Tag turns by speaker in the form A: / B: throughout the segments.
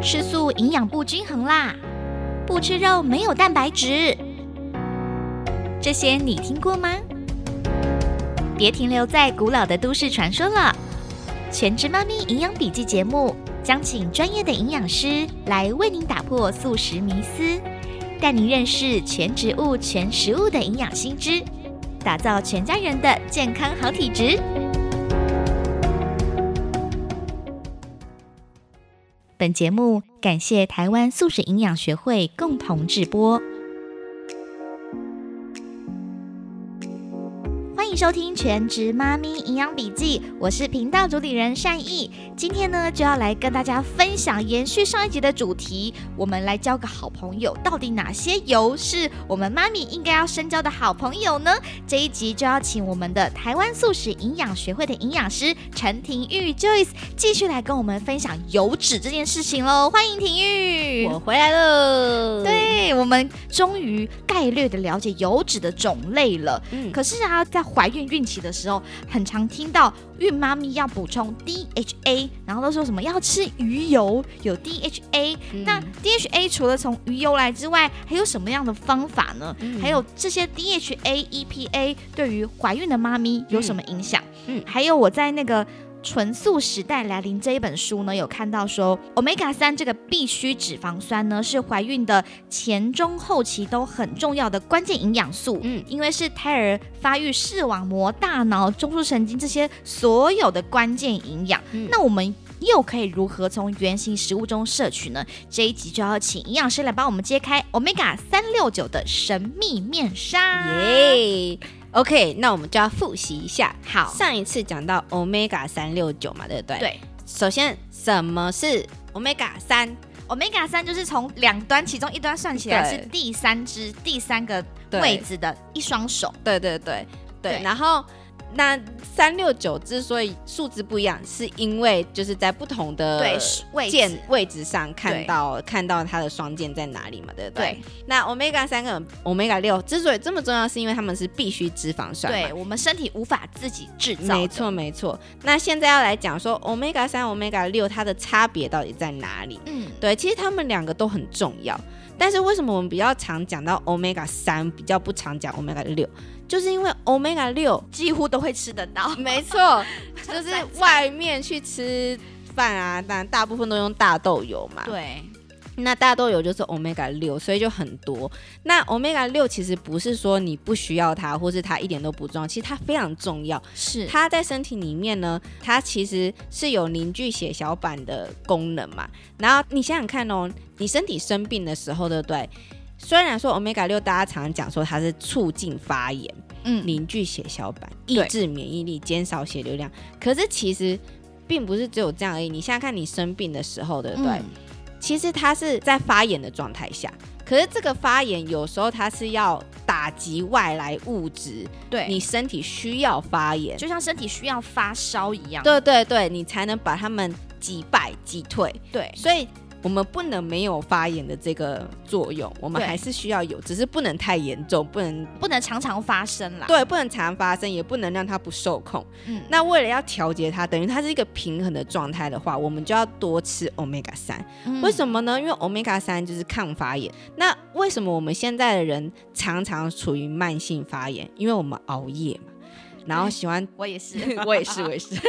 A: 吃素营养不均衡啦，不吃肉没有蛋白质，这些你听过吗？别停留在古老的都市传说了，《全职妈咪营养笔记》节目将请专业的营养师来为您打破素食迷思，带您认识全植物、全食物的营养新知，打造全家人的健康好体质。本节目感谢台湾素食营养学会共同制播。欢迎收听《全职妈咪营养笔记》，我是频道主理人善意。今天呢，就要来跟大家分享延续上一集的主题，我们来交个好朋友，到底哪些油是我们妈咪应该要深交的好朋友呢？这一集就要请我们的台湾素食营养学会的营养师陈婷玉 Joyce 继续来跟我们分享油脂这件事情喽。欢迎婷玉，
B: 我回来了。，
A: 嗯对我们终于概略的了解油脂的种类了。
B: 嗯，
A: 可是啊，在怀孕孕期的时候，很常听到孕妈咪要补充 DHA，然后都说什么要吃鱼油有 DHA、那
B: 嗯
A: DHA 除了从鱼油来之外，还有什么样的方法呢？
B: 嗯
A: 还有这些 DHA、EPA E 对于怀孕的妈咪有什么影响？
B: 嗯嗯
A: 还有我在那个《纯素时代来临》这一本书呢，有看到说，omega 三这个必需脂肪酸呢，是怀孕的前、中、后期都很重要的关键营养素。
B: 嗯
A: 因为是胎儿发育视网膜、大脑、中枢神经这些所有的关键营养。
B: 嗯
A: 那我们又可以如何从原型食物中摄取呢？这一集就要请营养师来帮我们揭开 omega 三六九的神秘面纱。
B: 嗯耶、o k 那我们就要复习一下。
A: 好，
B: 上一次讲到 omega 三六九嘛，对不对？。
A: 对
B: 首先，什么是 omega 三？
A: ，omega 三就是从两端其中一端算起来
B: 对
A: 是第三只、第三个
B: 对
A: 位置的一双手。
B: 对对对对。
A: 对
B: 然后，那三六九之所以数字不一样，是因为就是在不同的
A: 对，位
B: 键
A: 置。
B: 位置上看
A: 对
B: 到看到它的双键在哪里嘛，对不对？
A: 对
B: 那 omega 三跟 omega 六之所以这么重要，是因为它们是必需脂肪酸嘛。
A: 对我们身体无法自己制造的，
B: 没错，没错。那现在要来讲说 omega 三、omega 六它的差别到底在哪里？
A: 嗯，
B: 对，其实它们两个都很重要，但是为什么我们比较常讲到 omega 三，比较不常讲 omega 六？就是因为 omega 六，
A: 几乎都会吃得到。
B: 没错，就是
A: 在
B: 外面去吃饭啊，但大部分都用大豆油嘛。
A: 对，
B: 那大豆油就是 omega 六，所以就很多。那 omega 六其实不是说你不需要它，或是它一点都不重要，其实它非常重要。
A: 是
B: 它在身体里面呢，它其实是有凝聚血小板的功能嘛。然后你想想看哦，你身体生病的时候，对不对？虽然说 omega 六，大家常讲说它是促进发炎、
A: 嗯，
B: 凝聚血小板、抑
A: 对
B: 制免疫力、减少血流量，可是其实并不是只有这样而已。你想想看，你生病的时候，对不对？
A: 嗯
B: 其实它是在发炎的状态下，可是这个发炎有时候它是要打击外来物质，
A: 对，
B: 你身体需要发炎，
A: 就像身体需要发烧一样。
B: 对对对，你才能把它们击败击退。
A: 对
B: 所以我们不能没有发炎的这个作用，我们
A: 对
B: 还是需要有，只是不能太严重，不能
A: 不能常常发生啦。
B: 对，不能常发生，也不能让它不受控。
A: 嗯，
B: 那为了要调节它，等于它是一个平衡的状态的话，我们就要多吃 omega 三。
A: 嗯
B: 为什么呢？因为 omega 三就是抗发炎。那为什么我们现在的人常常处于慢性发炎？因为我们熬夜嘛，然后喜欢
A: 我也是
B: 我也是，我也是。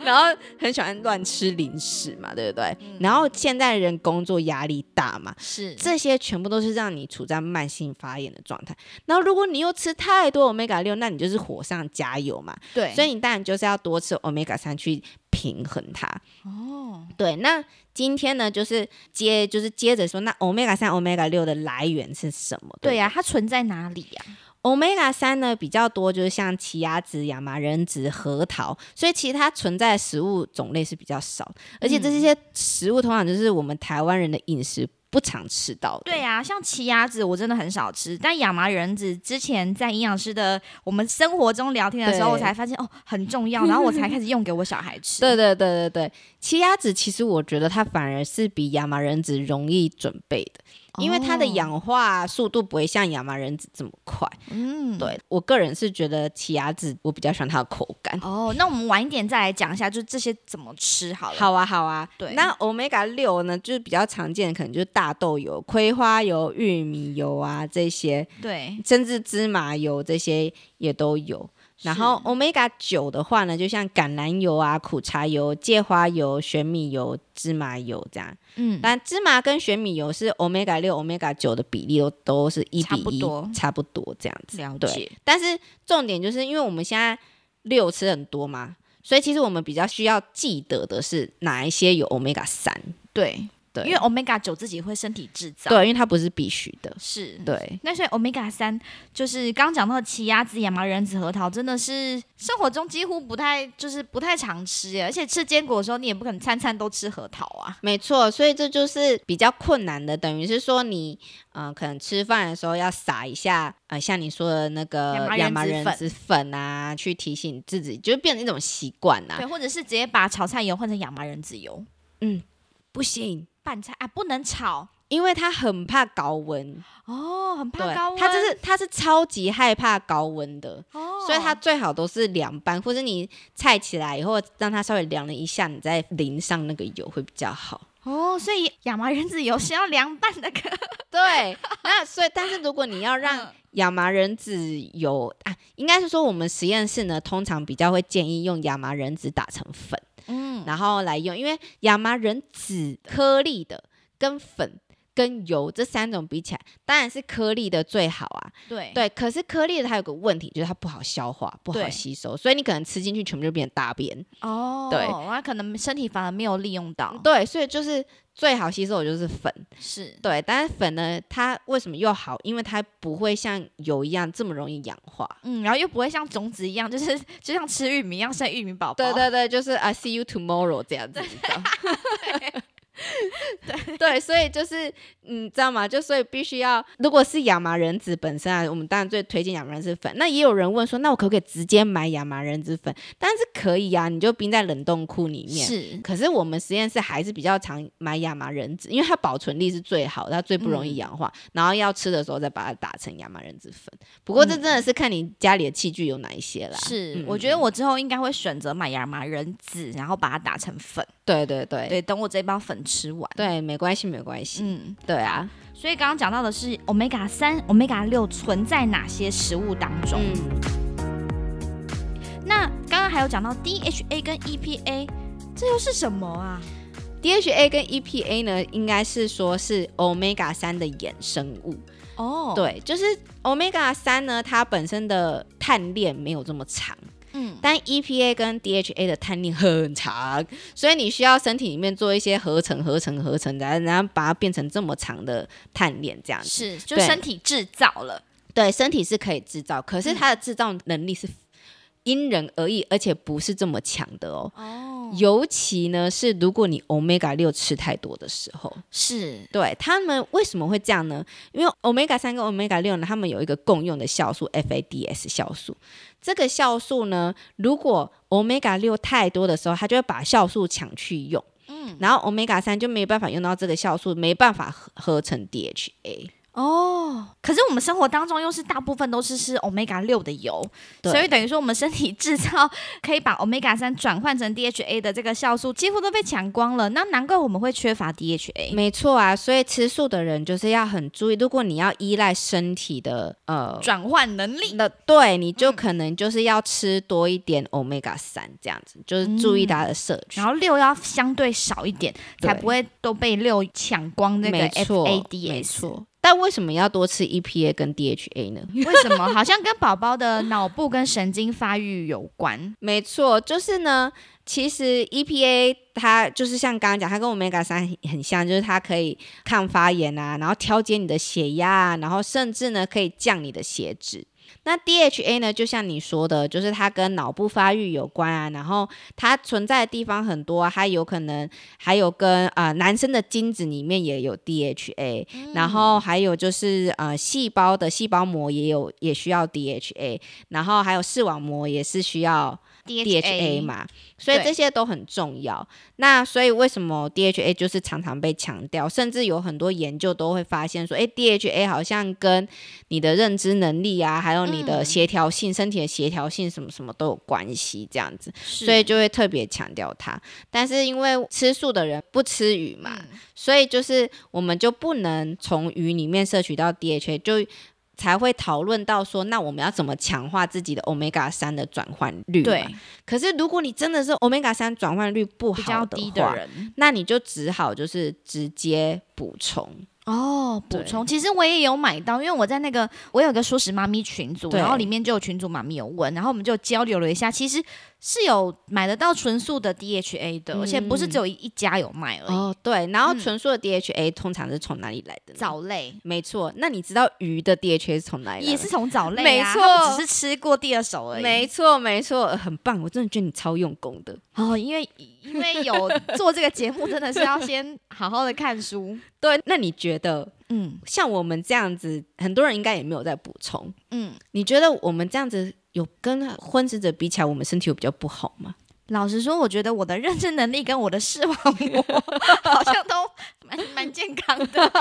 B: 然后很喜欢乱吃零食嘛，对不对？
A: 嗯
B: 然后现在人工作压力大嘛，
A: 是
B: 这些全部都是让你处在慢性发炎的状态。然后如果你又吃太多 omega 六，那你就是火上加油嘛。
A: 对，
B: 所
A: 以
B: 以你当然就是要多吃 omega 三去平衡它。
A: 哦，
B: 对，那今天呢，就是接就是接着说，那 omega 三、omega 六的来源是什么？
A: 对
B: 呀。
A: 呀、它存在哪里呀、
B: omega 三呢比较多，就是像奇亚籽、亚麻仁籽、核桃，所以其实它存在的食物种类是比较少，而且
A: 嗯
B: 这些食物通常就是我们台湾人的饮食不常吃到的。
A: 对呀、像奇亚籽我真的很少吃，但亚麻仁籽之前在营养师的我们生活中聊天的时候，
B: 对
A: 我才发现哦很重要，然后我才开始用给我小孩吃。
B: 对对对对对，奇亚籽其实我觉得它反而是比亚麻仁籽容易准备的，因为它的
A: 哦
B: 氧化速度不会像亚麻仁籽这么快。
A: 嗯，
B: 对我个人是觉得奇亚籽，我比较喜欢它的口感。
A: 哦，那我们晚一点再来讲一下，就这些怎么吃好了。，
B: 好啊，好啊。
A: 对
B: 那 omega 六呢，就是比较常见的，可能就是大豆油、葵花油、玉米油啊这些，
A: 对，
B: 甚至芝麻油这些也都有。然后 omega 九的话呢，就像橄榄油啊、苦茶油、芥花油、玄米油、芝麻油这样。
A: 嗯，
B: 但芝麻跟玄米油是 omega 六、omega 九的比例都都是一比一，
A: 差不多
B: 差不多这样子。
A: 了
B: 对。，但是重点就是因为我们现在六吃很多嘛，所以其实我们比较需要记得的是哪一些有 omega 三，
A: 对，
B: 对，
A: 因为 omega 九自己会身体制造，，
B: 对，因为它不是必须的，
A: 是，。
B: 对。
A: 那所以 omega 三就是刚讲到的奇亚籽、亚麻仁籽、核桃，真的是生活中几乎不太就是不太常吃耶，而且吃坚果的时候，你也不可能餐餐都吃核桃啊。
B: 没错，所以这就是比较困难的，等于是说你，呃，可能吃饭的时候要撒一下，呃，像你说的那个
A: 亚麻仁
B: 亚麻
A: 籽
B: 仁
A: 粉
B: 籽粉啊，去提醒自己，就变成一种习惯啊
A: 对，。或者是直接把炒菜油换成亚麻仁籽油
B: 不行，
A: 拌菜啊，不能炒
B: 嗯因为他很怕高温，
A: 哦，很怕
B: 对
A: 高温。，
B: 他就是他是超级害怕高温的，
A: 哦，
B: 所以它最好都是凉拌，或者你菜起来以后让它稍微凉了一下，你再淋上那个油会比较好。
A: 哦，所以亚麻仁籽油是要凉拌的可
B: 对，那 所以但是如果你要让
A: 嗯
B: 亚麻仁籽油啊，应该是说我们实验室呢通常比较会建议用亚麻仁籽打成粉，
A: 嗯，
B: 然后来用，因为亚麻仁籽颗粒的跟粉。跟油这三种比起来，当然是颗粒的最好啊。
A: 对
B: 对，可是颗粒的它有个问题，就是它不好消化，不好
A: 对
B: 吸收，所以你可能吃进去全部就变成大便。
A: 哦，
B: 对
A: 那可能身体反而没有利用到，
B: 对，所以就是最好吸收的就是粉，
A: 是
B: 对，但是粉呢，它为什么又好？因为它不会像油一样这么容易氧化。
A: 嗯，然后又不会像种子一样，就是 就像吃玉米一样生玉米宝宝，
B: 对对对，就是 I see you tomorrow 这样子，你知道对 对，所以就是你知道吗？就所以必须要，如果是亚麻仁籽本身啊，我们当然最推荐亚麻仁籽粉。那也有人问说，那我可不可以直接买亚麻仁籽粉？当然是可以啊，你就冰在冷冻库里面。
A: 是
B: 可是我们实验室还是比较常买亚麻仁籽，因为它保存力是最好的，它最不
A: 嗯
B: 容易氧化。然后要吃的时候再把它打成亚麻仁籽粉。不过这真的是看你家里的器具有哪一些啦。
A: 是、
B: 嗯
A: 我觉得我之后应该会选择买亚麻仁籽，然后把它打成粉，
B: 对对对对
A: 对，等我这包粉吃完。
B: 没关系没关系。
A: 嗯，
B: 对啊，
A: 所以刚刚讲到的是 omega 三、omega 六存在哪些食物当中？
B: 嗯，
A: 那刚刚还有讲到 DHA 跟 EPA，这又是什么啊？
B: DHA 跟 EPA 呢，应该是说是 omega 三的衍生物。
A: 哦，，
B: 对，就是 omega 三呢，它本身的碳链没有这么长。
A: 嗯，
B: 但 EPA 跟 DHA 的碳链很长，所以你需要身体里面做一些合成、合成、合成，然后然后把它变成这么长的碳链这样子。
A: 是就
B: 对
A: 身体制造了，
B: 对，身体是可以制造，可是它的制造能力是因人而异，而且不是这么强的哦。
A: 哦，
B: 尤其呢，是如果你 omega 六吃太多的时候，
A: 是
B: 对他们为什么会这样呢？因为 omega 三跟 omega 六呢，它们有一个共用的酵素 FADS 酵素。这个酵素呢，如果 omega 六太多的时候，它就会把酵素抢去用，嗯，然后 omega 三就没办法用到这个酵素，没办法合合成 DHA。
A: 哦，可是我们生活当中又是大部分都是吃 omega 六的油，
B: 对
A: 所以等于说我们身体制造可以把 omega 三转换成 DHA 的这个酵素几乎都被抢光了，那难怪我们会缺乏 DHA。
B: 没错啊，所以吃素的人就是要很注意，如果你要依赖身体的呃。
A: 转换能力
B: 那对，你就可能就是要吃多一点 omega 三这样子，就是注意它的摄取。
A: 然后六要相对少一点，
B: 对
A: 才不会都被六抢光那个
B: 没错
A: FADS。
B: 没错。但为什么要多吃 EPA 跟 DHA 呢？
A: 为什么？好像跟宝宝的脑部跟神经发育有关。
B: 没错，就是呢，其实 EPA 它就是像刚刚讲，它跟 omega 三很很像，就是它可以抗发炎啊，然后调节你的血压啊，然后甚至呢可以降你的血脂。那 DHA 呢，就像你说的，就是它跟脑部发育有关啊，然后它存在的地方很多、啊，它有可能还有跟啊男生的精子里面也有 DHA，、然后还有就是呃细胞的细胞膜也有也需要 DHA，然后还有视网膜也是需要 DHA
A: DHA
B: 嘛，所以
A: 对
B: 这些都很重要。那所以为什么 DHA 就是常常被强调，甚至有很多研究都会发现说，诶 d h a 好像跟你的认知能力啊，还有你的
A: 嗯
B: 协调性、身体的协调性什么什么都有关系，这样子，所
A: 所
B: 以就会特别强调它。但是因为吃素的人不吃鱼嘛，
A: 嗯
B: 所以就是我们就不能从鱼里面摄取到 DHA，就才会讨论到说，那我们要怎么强化自己的 omega 三的转换率嘛？
A: 对
B: 可是如果你真的是 omega 三转换率不
A: 比
B: 好
A: 较
B: 的
A: 低
B: 话，
A: 的人
B: 那你就只好就是直接补充。
A: 哦，补
B: 对
A: 充。其实我也有买到，因为我在那个我有个说食妈咪群组，
B: 对
A: 然后里面就有群主妈咪有问，然后我们就交流了一下，其实是有买得到纯素的 DHA 的，而且不是只有一一家有卖而已。
B: 嗯哦，对，然后
A: 嗯
B: 纯素的 DHA 通常是从哪里来的呢？
A: 藻类
B: 没错，那你知道鱼的 DHA 是从哪里来的吗？
A: 也是从藻类、啊，
B: 没错
A: 它们只是吃过第二手而已。
B: 没错，没错，呃很棒，我真的觉得你超用功的。
A: 哦，因为因为 有做这个节目，真的是要先好好的看 书。
B: 对，那你觉得
A: 嗯
B: 像我们这样子，很多人应该也没有在补充。
A: 嗯，
B: 你觉得我们这样子有跟婚食者比起来，我们身体有比较不好吗？
A: 老实说，我觉得我的认知能力跟我的视网膜 好像都蛮蛮健康 的。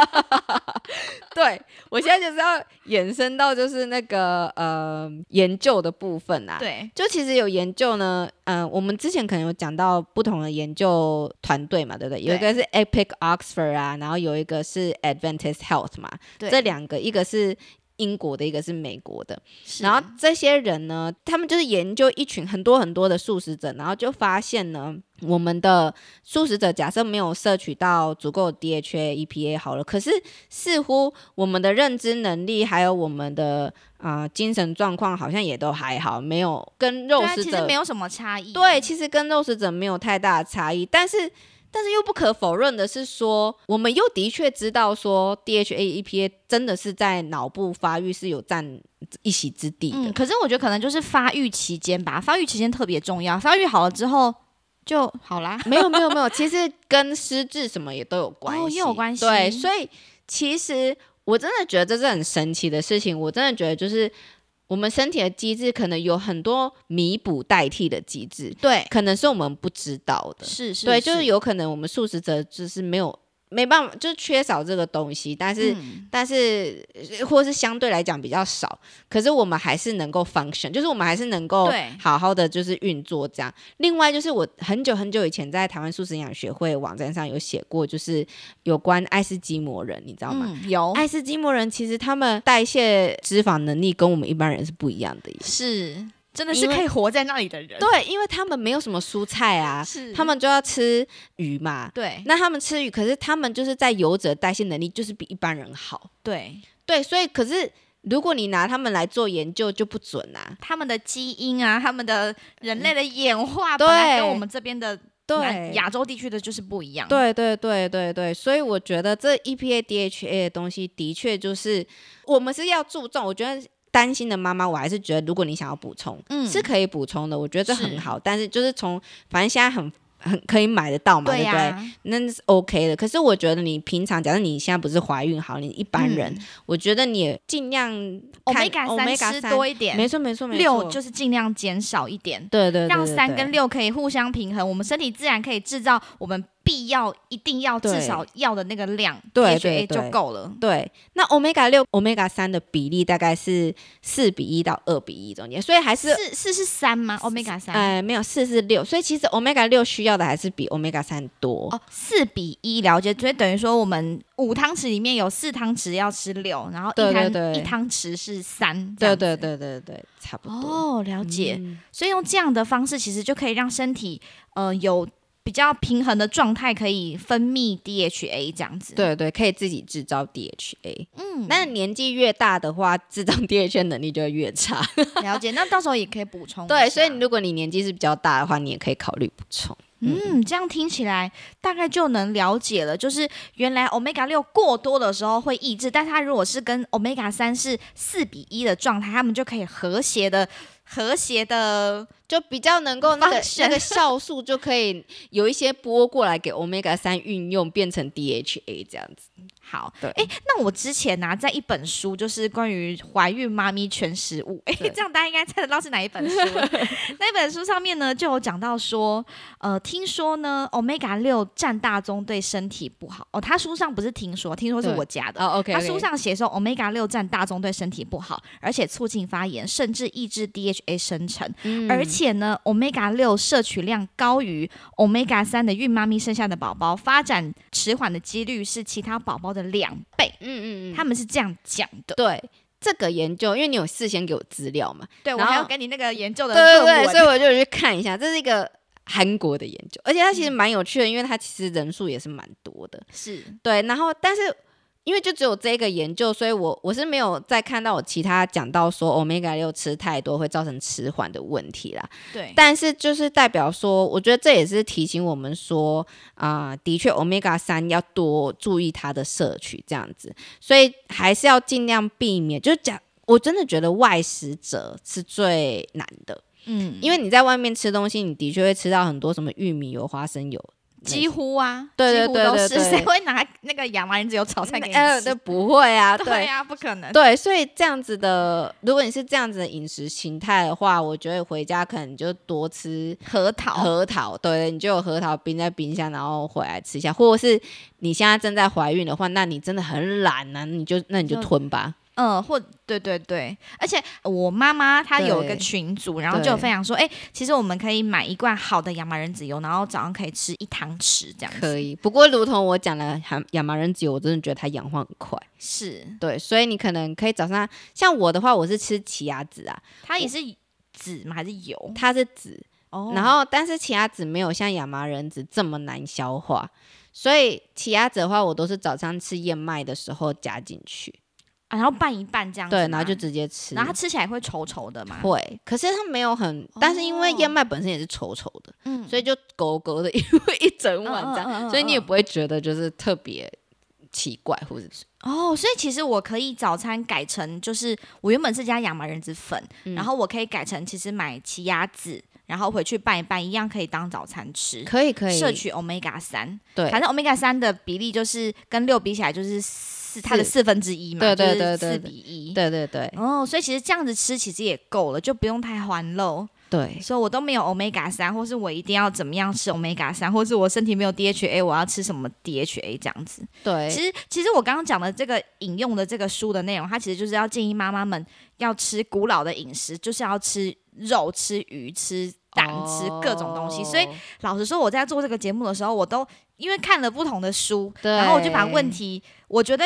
B: 对我现在就是要延伸到就是那个呃研究的部分啊。，
A: 对，
B: 就其实有研究呢，嗯、我们之前可能有讲到不同的研究团队嘛，对不对？有一个是 Epic Oxford 啊，然后有一个是 Adventist Health 嘛，
A: 对
B: 这两个一个是。英国的一个是美国的，然后这些人呢，他们就是研究一群很多很多的素食者，然后就发现呢，我们的素食者假设没有摄取到足够的 DHA、EPA E 好了，可是似乎我们的认知能力还有我们的啊、呃精神状况好像也都还好，没有跟肉
A: 对啊，
B: 食
A: 其实
B: 者
A: 没有什么差异。
B: 对，其实跟肉食者没有太大的差异，但是但是又不可否认的是说，我们又的确知道说 DHA、EPA E 真的是在脑部发育是有占一席之地的。
A: 嗯，可是我觉得可能就是发育期间吧，发育期间特别重要，发育好了之后就好啦。
B: 没有没有没有，其实跟失智什么也都有关系，
A: 哦也有关系
B: 对，所以其实我真的觉得这是很神奇的事情，我真的觉得就是我们身体的机制可能有很多弥补代替的机制，
A: 对，
B: 可能是我们不知道的。
A: 是是，
B: 对，就是有可能我们素食者就是没有没办法，就是缺少这个东西，但是、
A: 嗯
B: 但是呃或是相对来讲比较少，可是我们还是能够 function，就是我们还是能够
A: 对
B: 好好的就是运作这样。另外就是我很久很久以前在台湾素食营养学会网站上有写过，就是有关爱斯基摩人，你知道吗？
A: 嗯有
B: 爱斯基摩人其实他们代谢脂肪能力跟我们一般人是不一样的耶，
A: 是真的
B: 因
A: 是
B: 为
A: 可以活在那里的人，
B: 对，因为他们没有什么蔬菜啊，
A: 是
B: 他们就要吃鱼嘛，
A: 对
B: 那他们吃鱼，可是他们就是在油脂的代谢能力就是比一般人好。
A: 对，
B: 对，所以可是如果你拿他们来做研究就不准啊。
A: 他们的基因啊，他们的人类的演化本来
B: 对
A: 跟我们这边的南亚洲地区的就是不一样。，
B: 对对对对对，所以我觉得这 E EPA DHA 的东西的确就是我们是要注重。我觉得担心的妈妈，我还是觉得如果你想要补充，
A: 嗯
B: 是可以补充的，我觉得这很
A: 是
B: 好。但是就是从反正现在很很可以买得到嘛，
A: 对
B: 对不对？
A: 呀，嗯
B: 那是 OK 的。可是我觉得你平常，假设你现在不是怀孕好，你一般人，我觉得你也尽量看
A: 嗯 omega 三
B: omega
A: 吃
B: 三
A: 多一点，
B: 没错没错没错，
A: 六就是尽量减少一点，
B: 对对对对
A: 让三
B: 对
A: 跟六可以互相平衡，我们身体自然可以制造我们必要、一定要
B: 对
A: 至少要的那个量
B: 对
A: ，DHA
B: 对
A: 就
B: 对
A: 够了。
B: 对，那 omega 六、omega 三的比例大概是四比一到二比一中间，所以还是
A: 四四是三吗？omega 三
B: 呃没有四是六，所以其实 omega 六需要的还是比 omega 三多。
A: 哦，四比一了解，所以等于说我们五汤匙里面有四汤匙要吃六，然后一
B: 对
A: 汤
B: 对对
A: 一汤匙是三，这
B: 对
A: 样
B: 对
A: 子。
B: 对对对，差不多。
A: 哦，了解。
B: 嗯
A: 所以用这样的方式，其实就可以让身体呃有比较平衡的状态，可以分泌 DHA 这样子。，
B: 对对，可以自己制造 DHA。
A: 嗯，
B: 但是年纪越大的话，制造 DHA 能力就会越差。
A: 了解。那到时候也可以补充一下。
B: 对，所以如果你年纪是比较大的话，你也可以考虑补充。
A: 嗯，这样听起来大概就能了解了，就是原来 omega 六过多的时候会抑制，但它如果是跟 omega 三是四比一的状态，它们就可以和谐的、和谐的
B: 就比较能够那个
A: Function
B: 那个酵素就可以有一些波过来给 omega 三运用变成 DHA 这样子。
A: 好，
B: 对
A: 哎，那我之前呢、在一本书，就是关于怀孕妈咪全食物，哎，
B: 对
A: 这样大家应该猜得到是哪一本书了。 那本书上面呢，就有讲到说，呃，听说呢，omega 六占大宗对身体不好。哦，他书上不是听说，听说是
B: 对
A: 我加的。
B: 哦，OK，
A: 他书上写说，omega 六占大宗对身体不好，而且促进发炎，甚至抑制 DHA 生成。
B: 嗯
A: 而且呢，omega 六摄取量高于 omega 三的孕妈咪生下的宝宝，发展迟缓的几率是其他宝宝的两倍。
B: 嗯嗯嗯，
A: 他们是这样讲的。
B: 对这个研究，因为你有事先给我资料嘛，
A: 对
B: 然后
A: 给你那个研究的
B: 对对
A: 论
B: 对，
A: 文
B: 所以我就去看一下，这是一个韩国的研究，而且它其实蛮有趣的，因为它其实人数也是蛮多的。
A: 是
B: 对，然后但是因为就只有这个研究，所以我我是没有再看到我其他讲到说哦 omega 六吃太多会造成迟缓的问题啦。
A: 对
B: 但是就是代表说，我觉得这也是提醒我们说，啊、的确，omega 三要多注意它的摄取，这样子，所以还是要尽量避免。就是讲，我真的觉得外食者是最难的，
A: 嗯，
B: 因为你在外面吃东西，你的确会吃到很多什么玉米油、花生油，
A: 几乎啊，
B: 对对
A: 几乎都
B: 对对
A: 是
B: 对
A: 谁会拿那个亚麻仁籽油炒菜给你
B: 呃，
A: 吃
B: 对，？不会 啊，
A: 对
B: 对。
A: 呀、不可能。
B: 对，所以这样子的，如果你是这样子的饮食形态的话，我觉得回家可能就多吃
A: 核桃，
B: 核桃，对，你就有核桃冰在冰箱，然后回来吃一下。或者是你现在正在怀孕的话，那你真的很懒呢、你就那你就
A: 就
B: 吞吧。
A: 嗯，或对对对，而且我妈妈她有一个
B: 对
A: 群组，然后
B: 对
A: 就有分享说，哎、其实我们可以买一罐好的亚麻仁籽油，然后早上可以吃一汤匙这样子。
B: 可以，不过如同我讲的，亚亚麻仁籽油，我真的觉得它氧化很快。
A: 是，
B: 对，所以你可能可以早上，像我的话，我是吃奇亚籽啊，
A: 它也是籽嘛还是油？
B: 它是籽，
A: 哦
B: 然后但是奇亚籽没有像亚麻仁籽这么难消化，所以奇亚籽的话，我都是早上吃燕麦的时候加进去，
A: 啊然后拌一拌这样子吗。
B: 对，然后就直接吃。
A: 然后它吃起来会稠稠的嘛。
B: 会，可是它没有很，但是因为
A: 哦
B: 燕麦本身也是稠稠的，
A: 嗯
B: 所
A: 以
B: 以就勾勾 的一一整晚这样，
A: 嗯嗯嗯嗯
B: 所以你也
A: 嗯
B: 不会觉得就是特别奇怪或者是，
A: 哦，所以其实我可以早餐改成，就是我原本是加亚麻仁籽粉，
B: 嗯
A: 然后我可以改成其实买奇亚籽，然后回去拌一拌，一样可以当早餐吃。
B: 可以可以
A: 摄取 omega 三，
B: 对
A: 反正 omega 三的比例就是跟六比起来就是四，它的四分之一嘛，
B: 对对对
A: 就是
B: 对
A: 四
B: 对
A: 比一。
B: 对对对
A: 哦，所以其实这样子吃其实也够了，就不用太欢乐。
B: 对
A: 所以我都没有 omega 三，或是我一定要怎么样吃 omega 三，或是我身体没有 DHA，我要吃什么 DHA 这样子。
B: 对，
A: 其实，其实我刚刚讲的这个引用的这个书的内容，它其实就是要建议妈妈们要吃古老的饮食，就是要吃肉、吃鱼、吃蛋、吃各种东西。所以
B: 哦
A: 老实说，我在做这个节目的时候，我都因为看了不同的书，
B: 对
A: 然后我就把问题，我觉得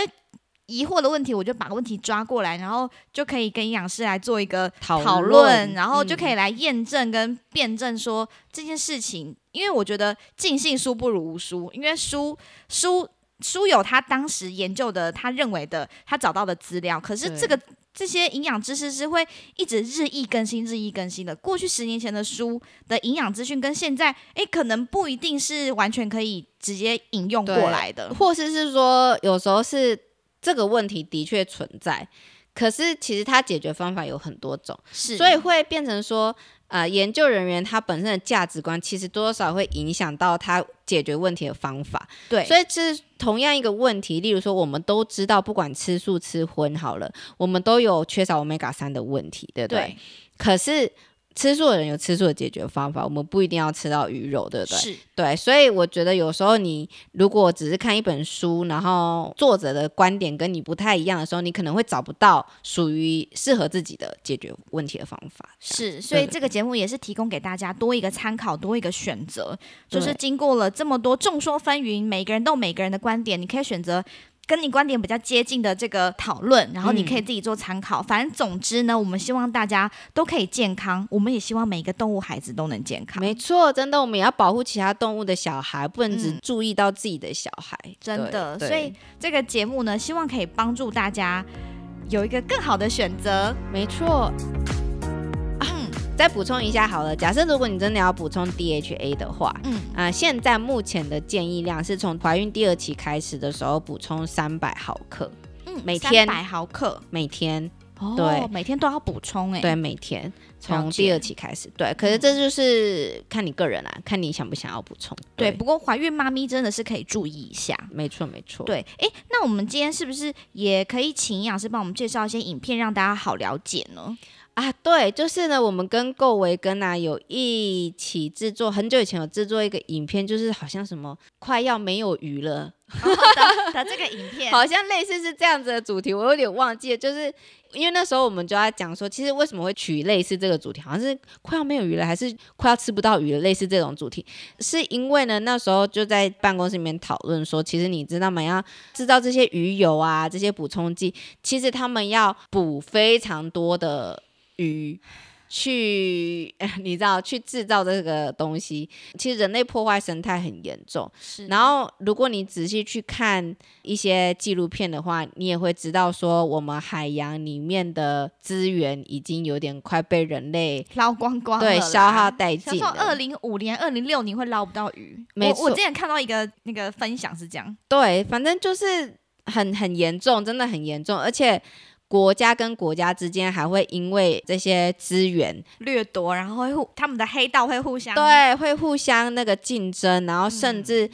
A: 疑惑的问题，我就把问题抓过来，然后就可以跟营养师来做一个
B: 讨
A: 讨
B: 论
A: 论，然后就可
B: 嗯
A: 以来验证跟辩证说这件事情。因为我觉得尽信书不如无书，因为书书书有他当时研究的，他认为的，他找到的资料，可是
B: 对
A: 这个。这些营养知识是会一直日益更新、日益更新的。过去十年前的书的营养资讯跟现在，诶，可能不一定是完全可以直接引用过
B: 对
A: 来的。
B: 或是是说有时候是这个问题的确存在，可是其实它解决方法有很多种。
A: 是，
B: 所以会变成说，呃，研究人员他本身的价值观其实多多少少会影响到他解决问题的方法。
A: 对，
B: 所以这是同样一个问题，例如说，我们都知道，不管吃素吃荤好了，我们都有缺少 omega 三的问题，对不对？
A: 对
B: 可是吃素的人有吃素的解决方法，我们不一定要吃到鱼肉，对不对？
A: 是
B: 对，所以我觉得有时候你如果只是看一本书，然后作者的观点跟你不太一样的时候，你可能会找不到属于适合自己的解决问题的方法。
A: 是，所以
B: 对
A: 这个节目也是提供给大家多一个参考，多一个选择。就
B: 对
A: 是经过了这么多众说纷纭，每个人都有每个人的观点，你可以选择。跟你观点比较接近的这个讨论，然后你
B: 嗯
A: 可以自己做参考。反正总之呢，我们希望大家都可以健康，我们也希望每一个动物孩子都能健康。
B: 没错，真的，我们也要保护其他动物的小孩，不能只
A: 嗯
B: 注意到自己的小孩。
A: 真的，
B: 对
A: 所以这个节目呢，希望可以帮助大家有一个更好的选择。
B: 对没错。啊
A: 嗯
B: 再补充一下好了，假设如果你真的要补充 DHA 的话，
A: 嗯，
B: 啊、现在目前的建议量是从怀孕第二期开始的时候补充三百毫克
A: 嗯
B: 每天
A: 百毫克，
B: 每天。
A: 哦，
B: 对
A: 每天都要补充哎、
B: 对，每天
A: 了
B: 从
A: 解
B: 第二期开始，对。可是这就是看你个人啦、看你想不想要补充。
A: 对，不过怀孕妈咪真的是可以注意一下。
B: 没错没错。，
A: 对，哎，那我们今天是不是也可以请营养师帮我们介绍一些影片，让大家好了解 呢？
B: 啊，对，就是呢，我们跟购维根啊有一起制作，很久以前有制作一个影片，就是好像什么快要没有鱼了，
A: 的哦这个影片
B: 好像类似是这样子的主题，我有点忘记了，就是因为那时候我们就在讲说，其实为什么会取类似这个主题，好像是快要没有鱼了，还是快要吃不到鱼了，类似这种主题，是因为呢那时候就在办公室里面讨论说，其实你知道吗？要制造这些鱼油啊，这些补充剂，其实他们要补非常多的鱼。 去， 你知道，去制造这个东西，其实人类破坏生态很严重。
A: 是
B: 然后，如果你仔细去看一些纪录片的话，你也会知道说，我们海洋里面的资源已经有点快被人类
A: 捞光光哦
B: 对
A: 了啦
B: 消耗殆
A: 想
B: 尽
A: 说二
B: 了。
A: 零五年、二零六年会捞不到鱼。
B: 没
A: 我我
B: 错
A: 之前看到一个那个分享是这样，
B: 对，反正就是很很严重，真的很严重，而且。国家跟国家之间还会因为这些资源，
A: 掠夺，然后会互他们的黑道会互相
B: 对，会互相那个竞争，然后
A: 嗯
B: 甚至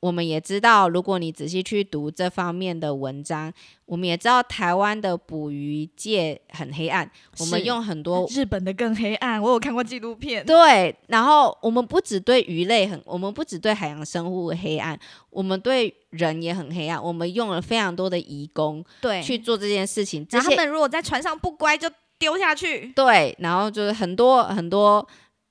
B: 我们也知道，如果你仔细去读这方面的文章，我们也知道台湾的捕鱼界很黑暗，我们
A: 是
B: 用很多
A: 日本的更黑暗，我有看过纪录片。
B: 对，然后我们不只对鱼类很，我们不只对海洋生物黑暗，我们对人也很黑暗。我们用了非常多的移工
A: 对
B: 去做这件事情，这
A: 然后他
B: 些
A: 们如果在船上不乖，就丢下去
B: 对，然后就是很多很多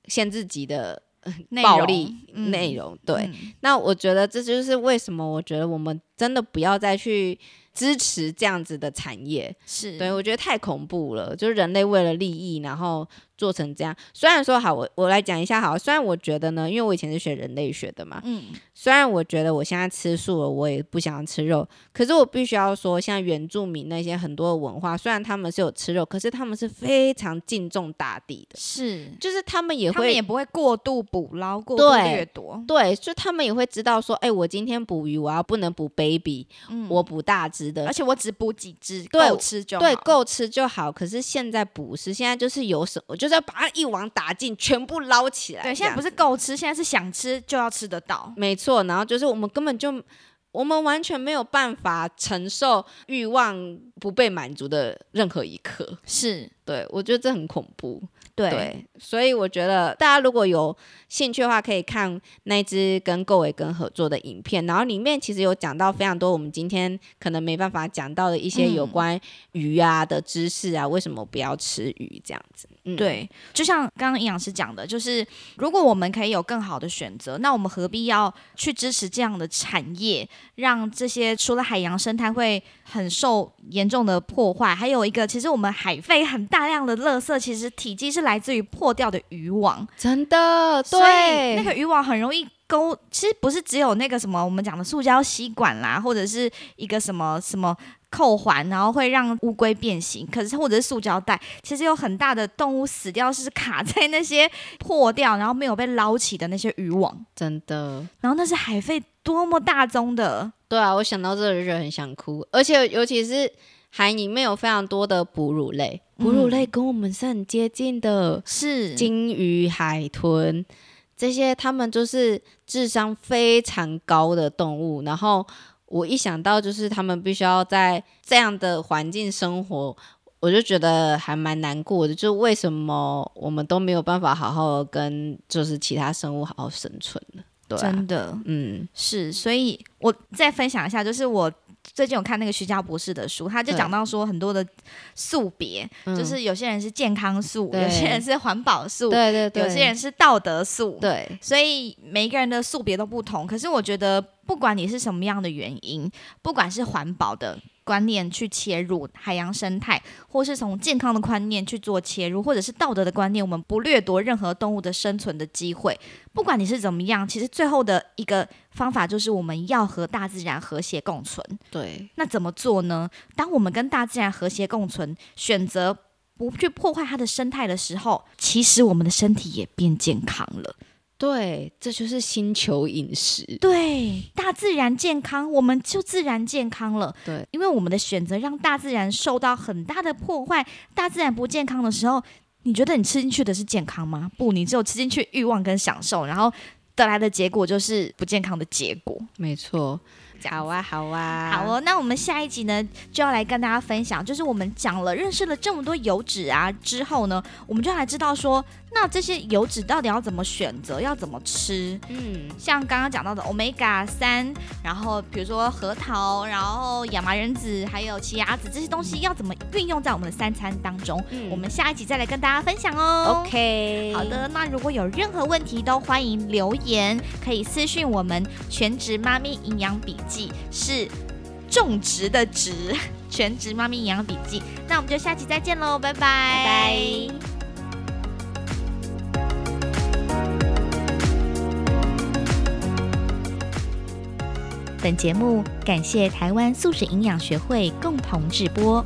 B: 限制级的
A: 内
B: 暴
A: 容
B: 力
A: 嗯
B: 内容。对，
A: 嗯
B: 那我觉得这就是为什么我觉得我们真的不要再去支持这样子的产业。
A: 是
B: 对，我觉得太恐怖了，就是人类为了利益，然后做成这样。虽然说好，我我来讲一下好了，虽然我觉得呢，因为我以前是学人类学的嘛，
A: 嗯
B: 虽然我觉得我现在吃素了，我也不想要吃肉，可是我必须要说，像原住民那些很多的文化，虽然他们是有吃肉，可是他们是非常敬重大地的，
A: 是，
B: 就是他们也
A: 他们
B: 会
A: 也不会过度捕捞、过度
B: 对
A: 掠夺。
B: 对，就他们也会知道说，哎、我今天捕鱼，我要不能捕 baby，、
A: 嗯
B: 我捕大只的
A: 而，且我只捕几只，
B: 对
A: 够吃就
B: 对，
A: 好
B: 够吃就好。可是现在不是，现在就是有什么，就是要把它一网打尽，全部捞起来。
A: 对，现在不
B: 是
A: 是够吃，现在是想吃就要吃得到。
B: 没错，然后就是我们根本就，我们完全没有办法承受欲望不被满足的任何一刻。
A: 是，
B: 对我觉得这很恐怖。
A: 对
B: 对，所以我觉得大家如果有兴趣的话，可以看那一支跟购维根合作的影片，然后里面其实有讲到非常多我们今天可能没办法讲到的一些有
A: 嗯
B: 关鱼啊的知识啊，为什么不要吃鱼这样子？嗯，
A: 对，就像刚刚营养师讲的，就是如果我们可以有更好的选择，那我们何必要去支持这样的产业，让这些除了海洋生态会很受严重的破坏，还有一个，其实我们海废很大量的垃圾，其实体积是来自于破掉的渔网，
B: 真的
A: 所以
B: 对，
A: 那个渔网很容易。勾其实不是只有那个什么我们讲的塑胶吸管啦，或者是一个什么什么扣环，然后会让乌龟变形。可是或者是塑胶袋，其实有很大的动物死掉是卡在那些破掉然后没有被捞起的那些渔网，
B: 真的。
A: 然后那是海费多么大宗的，
B: 对啊，我想到这里就觉得很想哭，而且尤其是海里面有非常多的哺乳类，哺乳
A: 嗯
B: 类跟我们是很接近的，
A: 是
B: 金鱼、海豚这些，它们就是智商非常高的动物。然后我一想到就是它们必须要在这样的环境生活，我就觉得还蛮难过的。就是为什么我们都没有办法好好地跟就是其他生物好好生存呢？对、啊
A: 真，的。
B: 嗯，
A: 是，所以我再分享一下，就是我最近有看那个徐家博士的书，他就
B: 对
A: 讲到说很多的素别，就
B: 嗯
A: 是有些人是健康素，
B: 对
A: 有些人是环保素，
B: 对对对，
A: 有些人是道德素，。
B: 对
A: 所以每一个人的素别都不同，可是我觉得，不管你是什么样的原因，不管是环保的观念去切入海洋生态，或是从健康的观念去做切入，或者是道德的观念，我们不掠夺任何动物的生存的机会。不管你是怎么样，其实最后的一个方法就是我们要和大自然和谐共存。
B: 对，
A: 那怎么做呢？当我们跟大自然和谐共存，选择不去破坏它的生态的时候，其实我们的身体也变健康了。
B: 对，这就是星球饮食。
A: 对，大自然健康，我们就自然健康了。
B: 对，
A: 因为我们的选择让大自然受到很大的破坏，大自然不健康的时候，你觉得你吃进去的是健康吗？不，你只有吃进去欲望跟享受，然后得来的结果就是不健康的结果。
B: 没错。
A: 这样
B: 好啊，好啊，
A: 好。哦，那我们下一集呢就要来跟大家分享，就是我们讲了认识了这么多油脂啊之后呢，我们就要来知道说，那这些油脂到底要怎么选择，要怎么吃。
B: 嗯，
A: 像刚刚讲到的 omega 三，然后比如说核桃，然后亚麻仁籽，还有奇亚籽这些东西要怎么运用在我们的三餐当中？
B: 嗯
A: 我们下一集再来跟大家分享哦。
B: OK，
A: 好，的，那如果有任何问题都欢迎留言，可以私讯我们“全职妈咪营养笔记”是种植的植， 全职妈咪营养笔记。那我们就下期再见喽，拜拜，拜
B: 拜
A: 本节目感谢台湾素食营养学会共同制播。